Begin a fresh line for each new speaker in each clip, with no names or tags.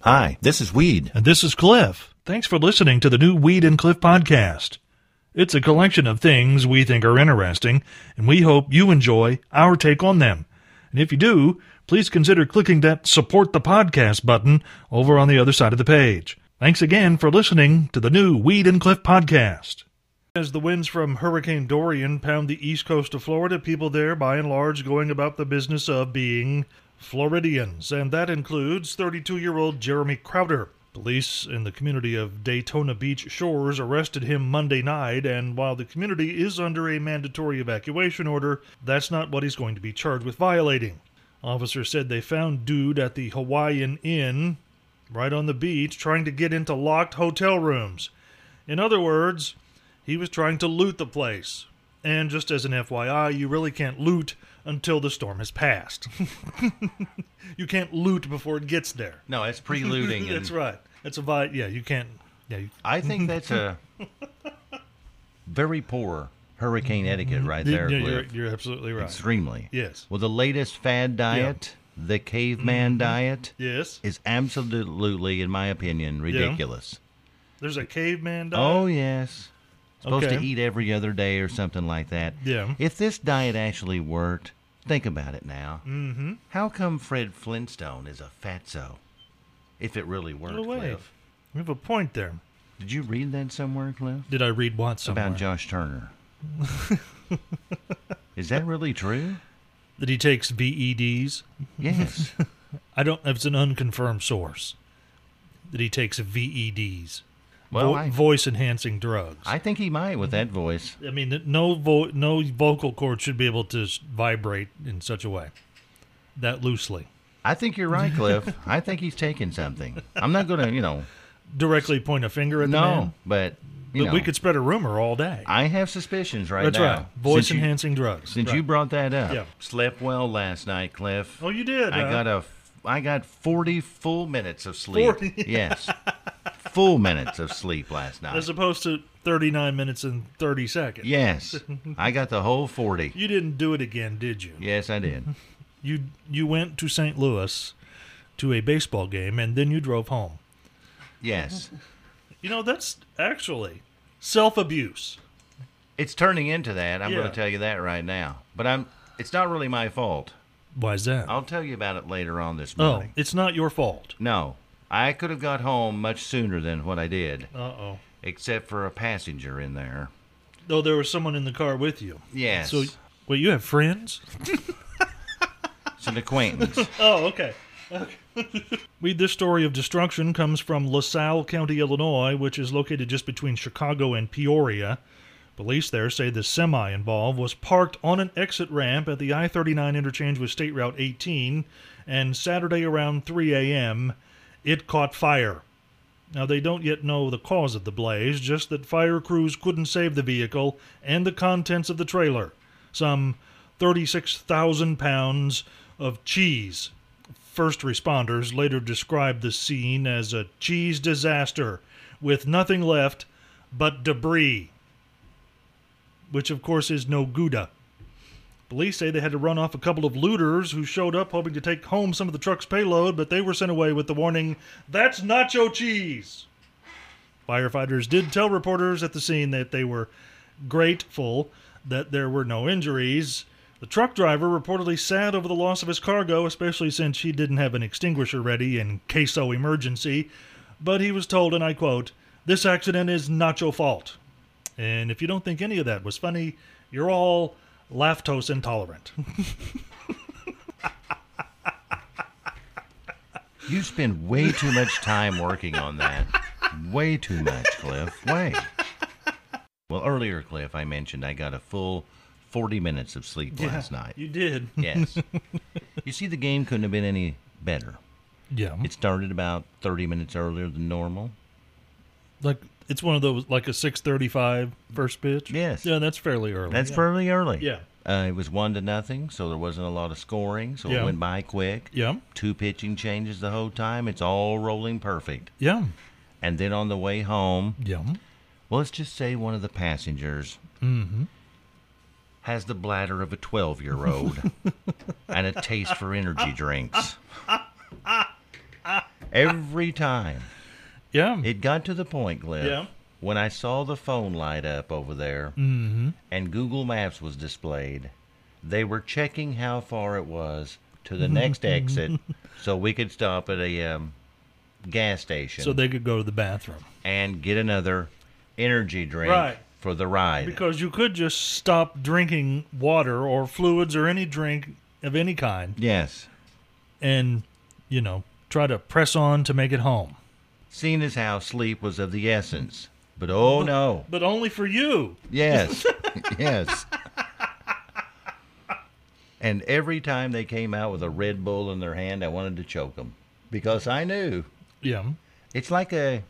Hi, this is Weed.
And this is Cliff. Thanks for listening to the new Weed and Cliff podcast. It's a collection of things we think are interesting, and we hope you enjoy our take on them. And if you do, please consider clicking that support the podcast button over on the other side of the page. Thanks again for listening to the new Weed and Cliff podcast. As the winds from Hurricane Dorian pound the east coast of Florida, people there, by and large, going about the business of being Floridians, and that includes 32 year old Jeremy Crowder. Police in the community of Daytona Beach Shores arrested him Monday night, and while the community is under a mandatory evacuation order, that's not what he's going to be charged with violating. Officers said they found dude at the Hawaiian Inn, right on the beach, trying to get into locked hotel rooms. In other words, he was trying to loot the place. And just as an FYI, you really can't loot until the storm has passed. you can't loot before it gets there.
No, it's pre-looting.
That's right. That's a vi- yeah. You can't. Yeah. You,
I think that's a very poor hurricane etiquette right
you're,
there,
you're,
Cliff.
you're absolutely right.
Extremely.
Yes. Mm-hmm.
Well, the latest fad diet, the caveman diet,
Yes.
is absolutely, in my opinion, ridiculous.
There's a caveman. Diet.
Oh yes. Supposed to
Uh, Okay.
eat every other day or something like that.
Yeah.
If this diet actually worked, think about it now. Mm-hmm. How come Fred Flintstone is a fatso? If it really worked,
No way.
Cliff.
We have a point there.
Did you read that somewhere, Cliff?
Did I read what somewhere?
About Josh Turner. is that really true?
that he takes VEDs.
Yes.
I don't. It's an unconfirmed source. That he takes VEDs.
Well,
Vo-
I-
voice enhancing drugs.
I think he might with that voice.
I mean, no vo- no vocal cord should be able to s- vibrate in such a way, that loosely,
I think you're right, Cliff. I think he's taking something. I'm not going to, you know,
directly point a finger at
no,
the man.
but you
But
know,
we could spread a rumor all day.
I have suspicions right
That's
now.
right. Voice
Since you-
enhancing drugs.
Since
Right.
you brought that up,
Yeah.
slept well last night, Cliff.
Oh, you did.
I
huh?
got a, f- I got forty full minutes of sleep.
40?
Yes, full minutes of sleep last night.
As opposed to 39 minutes and 30 seconds.
yes, I got the whole forty.
You didn't do it again, did you?
Yes, I did.
You you went to St. Louis to a baseball game and then you drove home.
Yes,
You know, that's actually self-abuse.
it's turning into that. I'm going
Yeah.
to tell you that right now. But I'm. It's not really my fault.
Why is that?
I'll tell you about it later on this
oh,
morning.
it's not your fault.
No, I could have got home much sooner than what I did,
Uh-oh.
except for a passenger in there.
Though Oh, there was someone in the car with you.
Yes,
So, wait, you have friends?
it's an acquaintance.
Oh, okay. we, this story of destruction comes from LaSalle County, Illinois, which is located just between Chicago and Peoria. Police there say the semi involved was parked on an exit ramp at the I 39 interchange with State Route 18, and Saturday around 3 a.m., it caught fire. Now, they don't yet know the cause of the blaze, just that fire crews couldn't save the vehicle and the contents of the trailer some 36,000 pounds of cheese. First responders later described the scene as a cheese disaster with nothing left but debris, which of course is no Gouda. Police say they had to run off a couple of looters who showed up hoping to take home some of the truck's payload, but they were sent away with the warning that's nacho cheese. Firefighters did tell reporters at the scene that they were grateful that there were no injuries. The truck driver reportedly sad over the loss of his cargo, especially since he didn't have an extinguisher ready in queso emergency. But he was told, and I quote, "This accident is not your fault." And if you don't think any of that was funny, you're all lactose intolerant.
You spend way too much time working on that. Way too much, Cliff. Way. Well, earlier, Cliff, I mentioned I got a full 40 minutes of sleep last night.
you did.
Yes. you see, the game couldn't have been any better.
Yeah,
It started about 30 minutes earlier than normal.
like it's one of those like a 6:35 first pitch.
Yes.
Yeah, that's fairly early.
That's
yeah.
fairly early.
Yeah.
Uh, it was one to nothing, so there wasn't a lot of scoring, so
Yeah.
it went by quick.
Yeah.
Two pitching changes the whole time. It's all rolling perfect.
Yeah.
And then on the way home,
Yeah.
Well, let's just say one of the passengers
Mm-hmm.
has the bladder of a 12 year old and a taste for energy drinks. Every time.
Yeah.
It got to the point, Cliff,
Yeah.
when I saw the phone light up over there
Mm-hmm.
and Google Maps was displayed, they were checking how far it was to
Mm-hmm.
the next exit so we could stop at a um, gas station
so they could go to the bathroom.
and get another energy drink
Right.
for the ride.
Because you could just stop drinking water or fluids or any drink of any kind
yes.
and, you know, try to press on to make it home.
Seeing as how sleep was of the essence. But oh no.
But only for you.
Yes. yes. And every time they came out with a Red Bull in their hand, I wanted to choke them because I knew
Yeah.
it's like a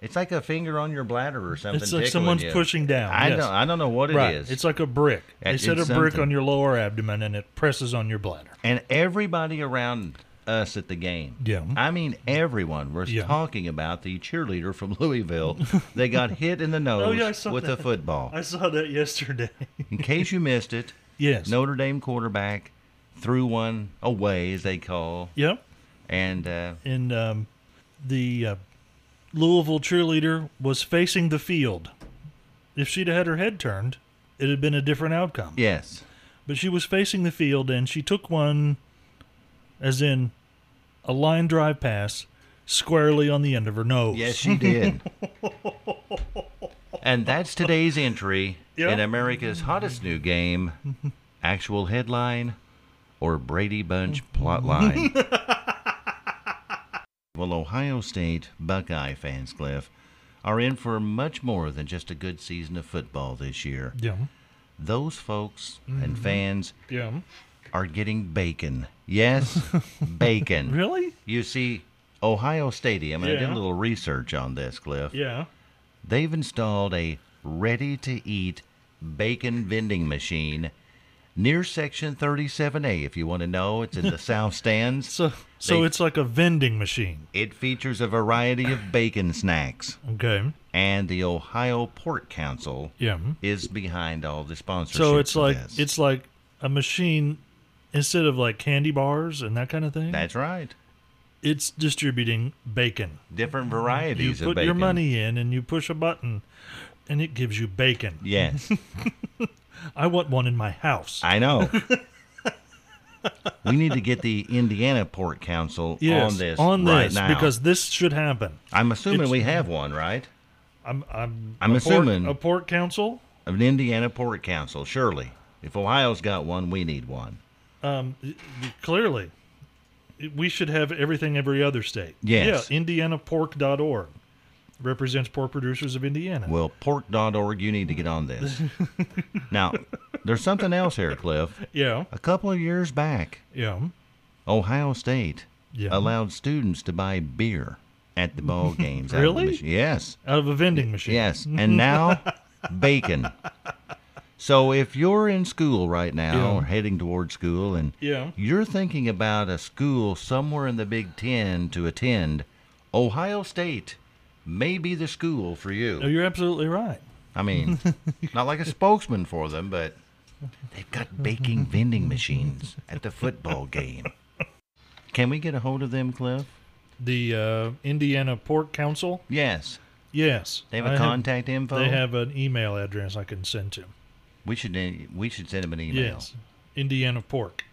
it's like a finger on your bladder or something.
It's like
tickling
someone's
you.
pushing down.
I
yes.
don't I don't know what
right.
it is.
It's like a brick. They
It's
set a brick
something.
on your lower abdomen and it presses on your bladder.
and everybody around us at the game.
Yeah.
I mean everyone was
Yeah.
talking about the cheerleader from Louisville. they got hit in the nose
Oh, yeah, I saw
with
that.
a football.
I saw that yesterday.
In case you missed it,
yes.
Notre Dame quarterback threw one away, as they call,
Yep.
and uh,
And um, the uh, Louisville cheerleader was facing the field. If she'd had her head turned, it had been a different outcome.
yes,
But she was facing the field and she took one, as in a line drive pass, squarely on the end of her nose.
yes, she did. and that's today's entry
Yeah.
in America's hottest new game. Actual headline or Brady Bunch plotline? well, Ohio State Buckeye fans, Cliff, are in for much more than just a good season of football this year.
Yeah.
Those folks and fans
Yeah.
are getting bacon. Yes, bacon.
Really?
You see, Ohio Stadium, and I did
Yeah.
a little research on this, Cliff.
Yeah.
They've installed a ready to eat bacon vending machine near section 37A. If you want to know, it's in the South Stands.
So, so
They-
it's like a vending machine.
it features a variety of bacon snacks,
Okay.
and the Ohio Pork Council
Yeah.
is behind all the sponsorships.
So it's
of
like
this.
it's like a machine instead of like candy bars and that kind of thing.
that's right.
it's distributing bacon.
Different
You
varieties of
put
bacon.
your money in and you push a button and it gives you bacon.
Yes.
I want one in my house.
I know. we need to get the Indiana Port Council
yes,
on this
on
right
this,
now.
because this should happen.
I'm assuming
it's-
we have one, right?
I'm I'm
I'm
a port-
assuming.
a port council.
An Indiana Port Council, surely. If Ohio's got one, we need one.
Um, y- y- clearly, we should have everything every other state.
Yes.
Yeah, IndianaPork.org represents pork producers of Indiana.
Well, port.org, you need to get on this. now, there's something else here, Cliff.
yeah,
A couple of years back,
yeah,
Ohio State
yeah.
allowed students to buy beer at the ball games. out of the
Really?
machine. Yes.
Out of a vending machine.
Yes, and now bacon. So if you're in school right now
Yeah.
or heading toward school and
Yeah.
you're thinking about a school somewhere in the Big Ten to attend, Ohio State may be the school for
No,
you.
you're absolutely right.
I mean, not like a spokesman for them, but they've got baking vending machines at the football game. Can we get a hold of them, Cliff?
The uh, Indiana Pork Council.
Yes.
Yes,
They have
I
a
have-
contact info.
They have an email address I can send to.
we should uh, we should send them an email.
Yes, Indiana Pork.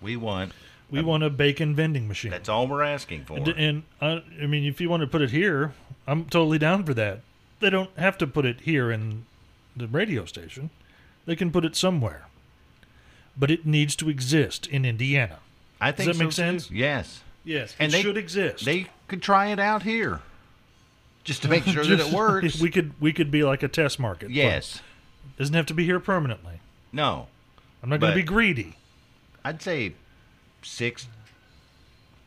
We want
We want a bacon vending machine.
That's all we're asking for.
D- and I, I mean, if you want to put it here, I'm totally down for that. They don't have to put it here in the radio station. They can put it somewhere, but it needs to exist in Indiana.
I
Does
think
that make
so, too.
sense?
Yes.
Yes,
And
it
they-
should exist.
They could try it out here just to make sure that it works.
we could we could be like a test market.
yes.
But doesn't have to be here permanently.
No.
I'm not going
But-
to be greedy.
I'd say 6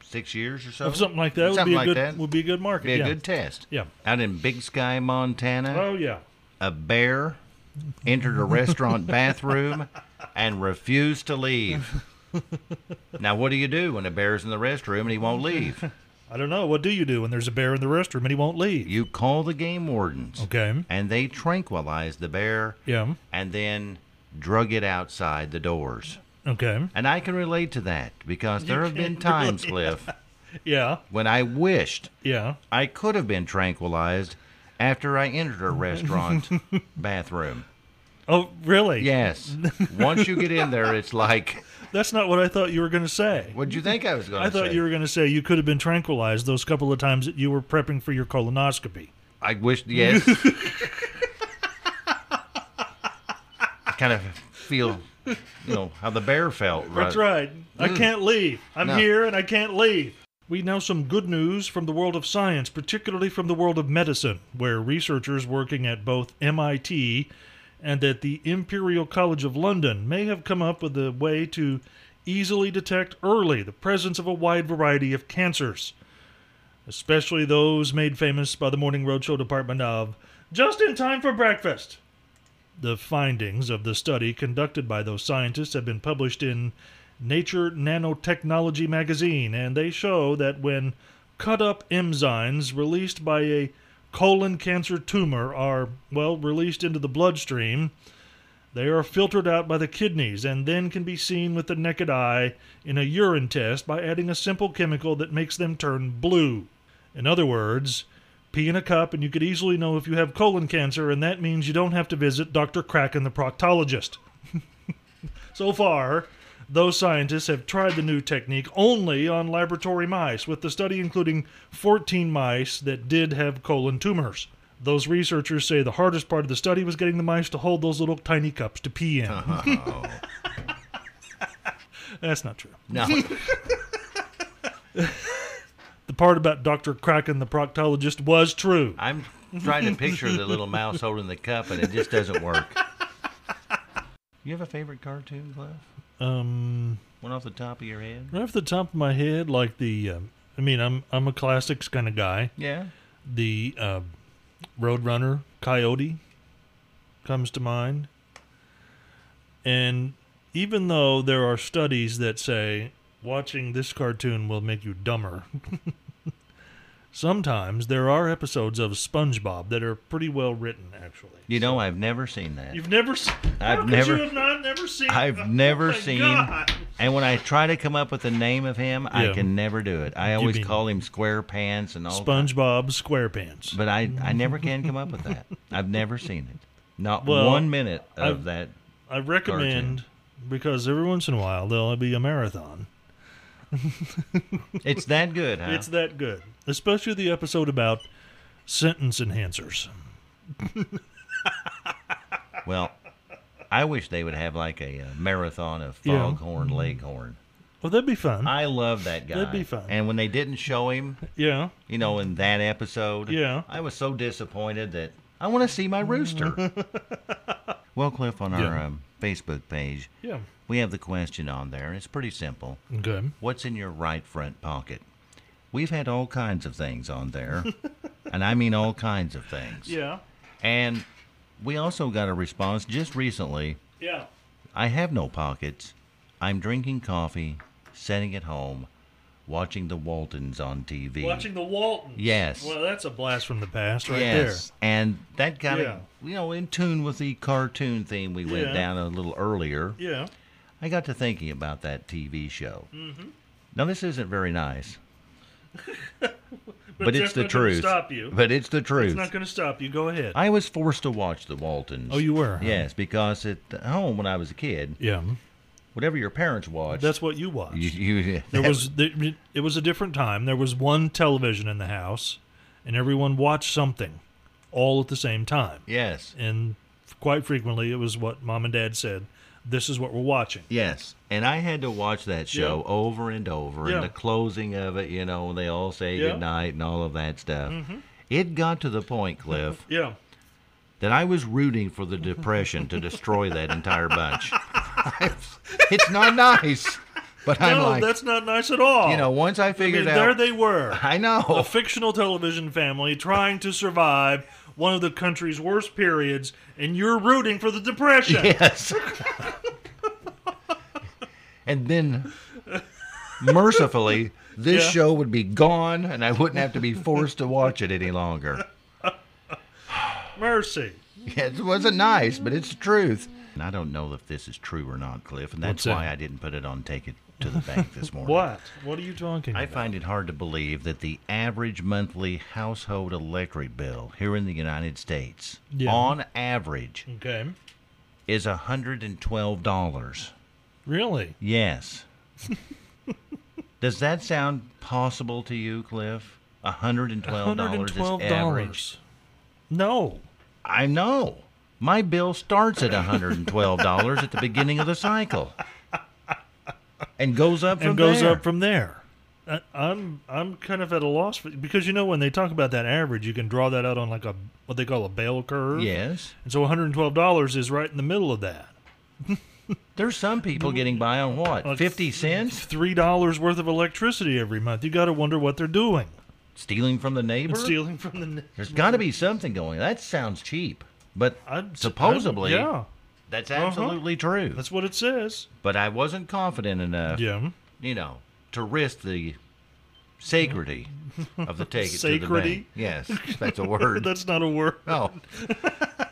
6 years or so.
If something like that
Oh, Something
would be a
like
good
that.
would be a good market.
Be a
yeah.
good test.
yeah.
Out in Big Sky, Montana,
Oh yeah.
a bear entered a restaurant bathroom and refused to leave. now, what do you do when a bear's in the restroom and he won't leave?
I don't know. What do you do when there's a bear in the restroom and he won't leave?
You call the game wardens.
Okay.
and they tranquilize the bear
Yeah.
and then drug it outside the doors.
Okay.
And I can relate to that because there have been
can
times, Cliff,
Yeah,
when I wished
yeah.
I could have been tranquilized after I entered a restaurant bathroom.
Oh, really?
Yes. Once you get in there, it's like,
That's not what I thought you were going to say.
what'd you think I was going to say?
I thought you were going to say you could have been tranquilized those couple of times that you were prepping for your colonoscopy.
I wish, yes. I kind of feel, you know, how the bear felt. Right?
That's right. I can't leave. I'm
No.
here and I can't leave. We know some good news from the world of science, particularly from the world of medicine, where researchers working at both MIT and at the Imperial College of London may have come up with a way to easily detect early the presence of a wide variety of cancers, especially those made famous by the Morning Roadshow department of Just in Time for Breakfast. The findings of the study conducted by those scientists have been published in Nature Nanotechnology magazine, and they show that when cut up enzymes released by a colon cancer tumor are, well, released into the bloodstream, they are filtered out by the kidneys and then can be seen with the naked eye in a urine test by adding a simple chemical that makes them turn blue. In other words, pee in a cup and you could easily know if you have colon cancer, and that means you don't have to visit Dr. Kraken, the proctologist. so far, those scientists have tried the new technique only on laboratory mice, with the study including 14 mice that did have colon tumors. Those researchers say the hardest part of the study was getting the mice to hold those little tiny cups to pee in. That's not true.
No,
The part about Dr. Kraken, the proctologist, was true.
I'm trying to picture the little mouse holding the cup, and it just doesn't work. You have a favorite cartoon, Cliff?
Um,
One off the top of your head?
Right off the top of my head, like the, um, I mean, I'm I'm a classics kind of guy.
Yeah.
The um Roadrunner Coyote comes to mind, and even though there are studies that say watching this cartoon will make you dumber, sometimes there are episodes of SpongeBob that are pretty well written. Actually,
You know, I've never seen that.
you've never, se-
I've
how could
never-
you have not never seen.
I've
Oh
never
my
seen.
God.
And when I try to come up with the name of him, I
Yeah.
can never do it. I always
mean-
call him SquarePants and all.
SpongeBob SquarePants.
But I, I never can come up with that. I've never seen it. Not
Well,
one minute of
I've-
that.
I recommend because every once in a while there'll be a marathon.
It's that good, huh?
It's that good, especially the episode about sentence enhancers.
Well, I wish they would have like a, uh marathon of
Yeah.
Foghorn Leghorn.
Well, that'd be fun.
I love that guy.
That'd be fun.
And when they didn't show him,
yeah,
you know, in that episode,
Yeah.
I was so disappointed that I want to see my rooster. well, Cliff, on our
Yeah.
um, Facebook page,
yeah.
We have the question on there. It's pretty simple.
Okay.
What's in your right front pocket? We've had all kinds of things on there, and I mean all kinds of things.
Yeah.
And we also got a response just recently
Yeah.
I have no pockets. I'm drinking coffee, sitting at home, watching the Waltons on TV.
Watching the Waltons.
Yes.
Well, that's a blast from the past right
yes. And that kind
Yeah.
of, you know, in tune with the cartoon theme we went
Yeah.
down a little earlier.
there. Yeah.
I got to thinking about that TV show.
Mm-hmm.
Now, this isn't very nice, but, it's
that's
the
not gonna
truth.
Stop you.
But it's the truth.
It's not going to stop you. Go ahead.
I was forced to watch The Waltons.
oh, you were. huh?
Yes, because at home when I was a kid,
Yeah.
whatever your parents watched,
That's what you watched.
you, you,
There was the, it was a different time. There was one television in the house, and everyone watched something, all at the same time.
yes,
And quite frequently, it was what mom and dad said. This is what we're watching.
yes, and I had to watch that show over and over,
Yeah.
and the closing of it, you know, they all say
Yeah. Mm-hmm.
goodnight and all of that stuff. It got to the point, Cliff,
Yeah,
that I was rooting for the Depression to destroy that entire bunch. it's not nice, but I'm
no,
like,
that's not nice at all.
you know, once I
I mean, Oh,
figured
there
out,
they were,
I
a
know,
fictional television family trying to survive one of the country's worst periods, and you're rooting for the depression.
yes. and then, mercifully, this
Yeah.
show would be gone, and I wouldn't have to be forced to watch it any longer.
Mercy.
It wasn't nice, but it's the truth. And I don't know if this is true or not, Cliff, and that's
What's that?
why I didn't put it on Take It to the bank this morning.
What? What are you talking
I
about?
find it hard to believe that the average monthly household electric bill here in the United States,
Yeah.
on average,
okay.
is $112.
Really?
Yes. Does that sound possible to you, Cliff? $112 is average.
$112. No.
I know. My bill starts at $112 at the beginning of the cycle and goes up from
and goes
there.
up from there. I, I'm I'm kind of at a loss for, because you know when they talk about that average, you can draw that out on like a what they call a bell curve.
Yes.
And so $112 is right in the middle of that.
There's some people getting by on what?
Like
50 cents?
Three dollars worth of electricity every month. You got to wonder what they're doing.
Stealing from the neighbor?
And stealing from the.
There's got to be something going. That sounds cheap. But
I'm-
supposedly,
I'm- yeah, Uh-huh.
that's absolutely true.
that's what it says.
but I wasn't confident enough,
Yeah,
you know, to risk the sanctity of the take it to the
Sanctity?
bank. Yes, that's a word.
that's not a word.
oh,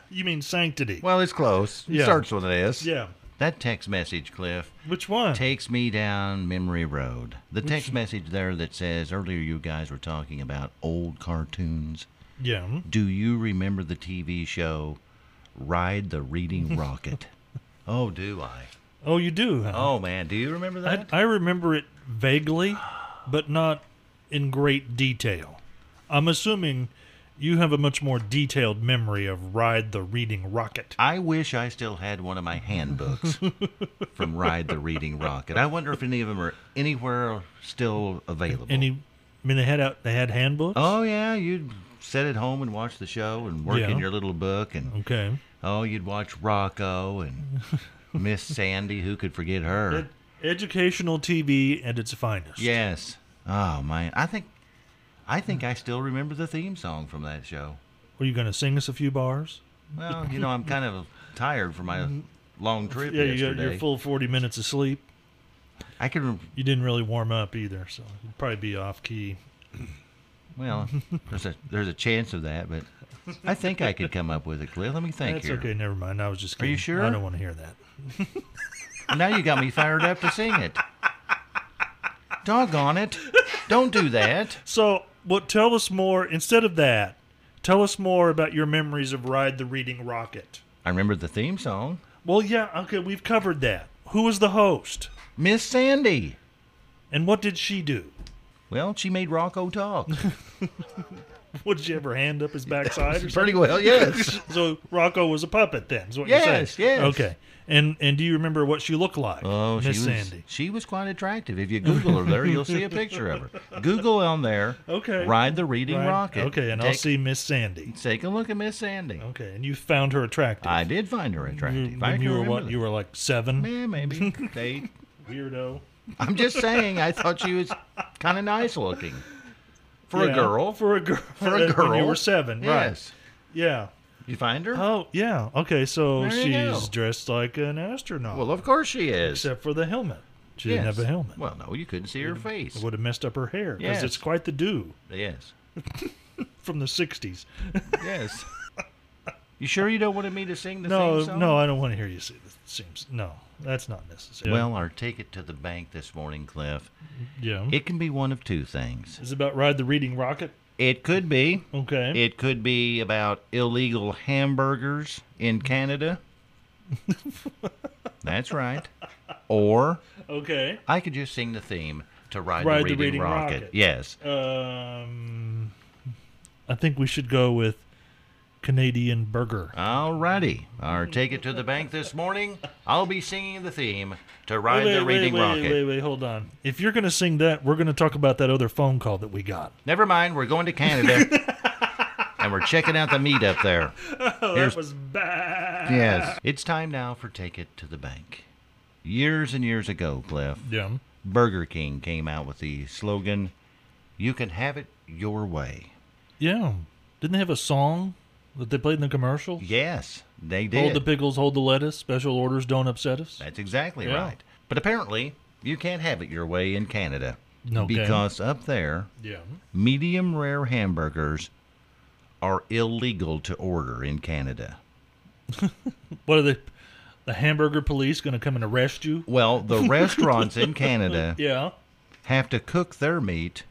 You mean sanctity?
well, it's close. It
Yeah.
starts with an S.
yeah.
That text message, Cliff,
Which one?
takes me down memory road. The text message there that says earlier you guys were talking about old cartoons.
yeah.
Do you remember the TV show Ride the Reading Rocket? oh, do I?
Oh, you do. huh?
Oh, man. Do you remember
I,
that?
I remember it vaguely, but not in great detail. I'm assuming you have a much more detailed memory of Ride the Reading Rocket.
I wish I still had one of my handbooks from Ride the Reading Rocket. I wonder if any of them are anywhere still available.
Any, I mean, they had out, they had handbooks.
Oh, yeah. You'd sit at home and watch the show and work
Yeah.
in your little book. And,
okay.
oh, you'd watch Rocco and Miss Sandy. Who could forget her?
Ed- educational TV at its finest.
Yes. Oh, man. I think. I think I still remember the theme song from that show.
Were you going to sing us a few bars?
Well, you know, I'm kind of tired from my long trip
Mm-hmm. Yeah, you got
yesterday.
your full 40 minutes of sleep.
I could, rem-
You didn't really warm up either, so you'd probably be off key.
well, there's a there's a chance of that, but I think I could come up with it, Cliff. Let me think
That's
here.
okay. Never mind. I was just
Are
kidding.
you sure?
I don't want to hear that.
Now you got me fired up to sing it. Doggone it! Don't do that.
So, what? Tell us more. Instead of that, tell us more about your memories of Ride the Reading Rocket.
I remember the theme song,
Well, yeah, okay, we've covered that. Who was the host,
Miss Sandy.
and what did she do?
Well, she made Rocco talk
Would she ever hand up his backside? or
pretty well. Yes.
something? So Rocco was a puppet then. Is what
Yes,
you're saying.
yes.
Okay. And and do you remember what she looked like?
Oh, she
Miss
was,
Sandy.
she was quite attractive. If you Google her there, you'll see a picture of her. Google on there.
Okay.
Ride the Reading
Right.
Rocket.
Okay, and I'll
Take-
see Miss Sandy.
Take a look at Miss Sandy.
Okay, and you found her attractive.
I did find her attractive. I
when
can
you were
remember
what?
that.
You were like seven.
Yeah, maybe. Eight.
Weirdo.
I'm just saying. I thought she was kind of nice looking for
Yeah,
a girl.
For a girl.
For a
When you
girl.
were seven.
yes.
Right. Yeah.
You find her?
Oh, yeah. Okay, so
There
she's
you go.
dressed like an astronaut,
well, of course she is.
except for the helmet. She didn't
Yes.
have a helmet.
Well, no, you couldn't see her face.
It would have messed up her hair because
Yes.
it's quite the do
Yes.
from the '60s.
Yes. you sure you don't want me to sing the
no,
theme song?
no, I don't want to hear you say that. Seems no, that's not necessary.
Well, our take it to the bank this morning, Cliff.
yeah,
It can be one of two things.
it's about ride the reading rocket.
It could be.
Okay,
It could be about illegal hamburgers in Canada. That's right. Or
okay.
I could just sing the theme to Ride,
Ride
the Reading, Rocket. Yes.
Um, I think we should go with Canadian burger.
Alrighty. Our take it to the bank this morning. I'll be singing the theme to Ride
wait,
the
wait,
Reading
wait,
Rocket.
wait, wait, hold on. If you're gonna sing that, we're gonna talk about that other phone call that we got.
Never mind, we're going to Canada. and we're checking out the meet up there. Here's-
Oh, that was bad.
Yes. It's time now for Take It to the Bank. Years and years ago, Cliff,
Yeah.
Burger King came out with the slogan, You can have it your way.
Yeah. Didn't they have a song that they played in the commercial?
Yes, they
Hold
did.
the pickles, hold the lettuce. Special orders don't upset us.
That's exactly
Yeah.
right. But apparently, you can't have it your way in Canada.
Okay.
Because up there,
Yeah.
medium rare hamburgers are illegal to order in Canada.
What are they? The hamburger police going to come and arrest you?
Well, the restaurants in Canada
Yeah.
have to cook their meat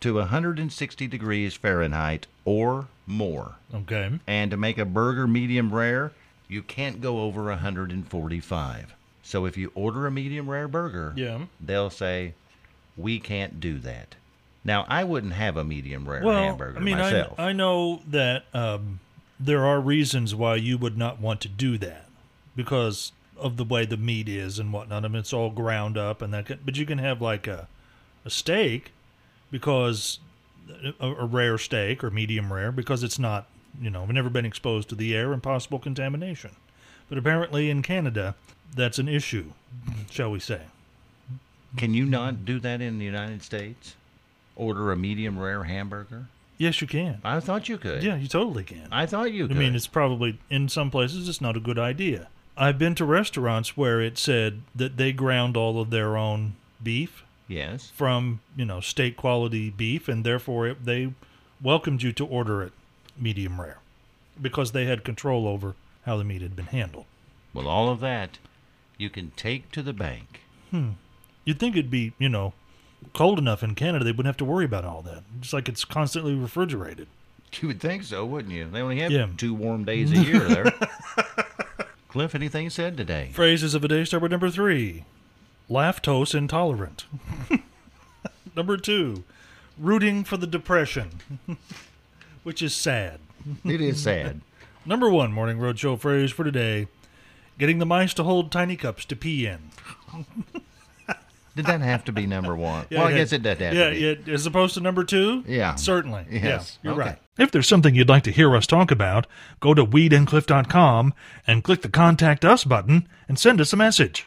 to 160 degrees Fahrenheit or more.
Okay.
And to make a burger medium rare, you can't go over 145. So if you order a medium rare burger,
Yeah.
they'll say, we can't do that. Now, I wouldn't have a medium rare
Well,
hamburger
I mean,
myself.
I, I know that um, there are reasons why you would not want to do that because of the way the meat is and whatnot. I mean, it's all ground up and that. ki- But you can have like a a steak because a, a rare steak or medium rare because it's not you know never been exposed to the air and possible contamination. But apparently in Canada, that's an issue, shall we say?
Can you not do that in the United States? Order a medium rare hamburger?
Yes, you can.
I thought you could.
Yeah, you totally can.
I thought you
I
could.
mean, it's probably in some places it's not a good idea. I've been to restaurants where it said that they ground all of their own beef
yes.
from you know state quality beef, and therefore it, they welcomed you to order it medium rare because they had control over how the meat had been handled.
Well, all of that you can take to the bank.
You'd think it'd be you know cold enough in Canada they wouldn't have to worry about all that. Just like it's constantly refrigerated.
You would think so, wouldn't you? They only have
Yeah.
two warm days a year there. Cliff, anything said today?
Phrases of the day start with number three lactose intolerant. number two, rooting for the depression, which is sad.
It is sad.
Number one, Morning Roadshow phrase for today getting the mice to hold tiny cups to pee in.
Did that have to be number one?
Yeah,
well, I
yeah.
guess it does have
yeah,
to be.
yeah, as opposed to number two?
Yeah.
Certainly.
Yes.
Yeah, you're
Okay.
right. If there's something you'd like to hear us talk about, go to weedandcliff.com and click the Contact Us button and send us a message.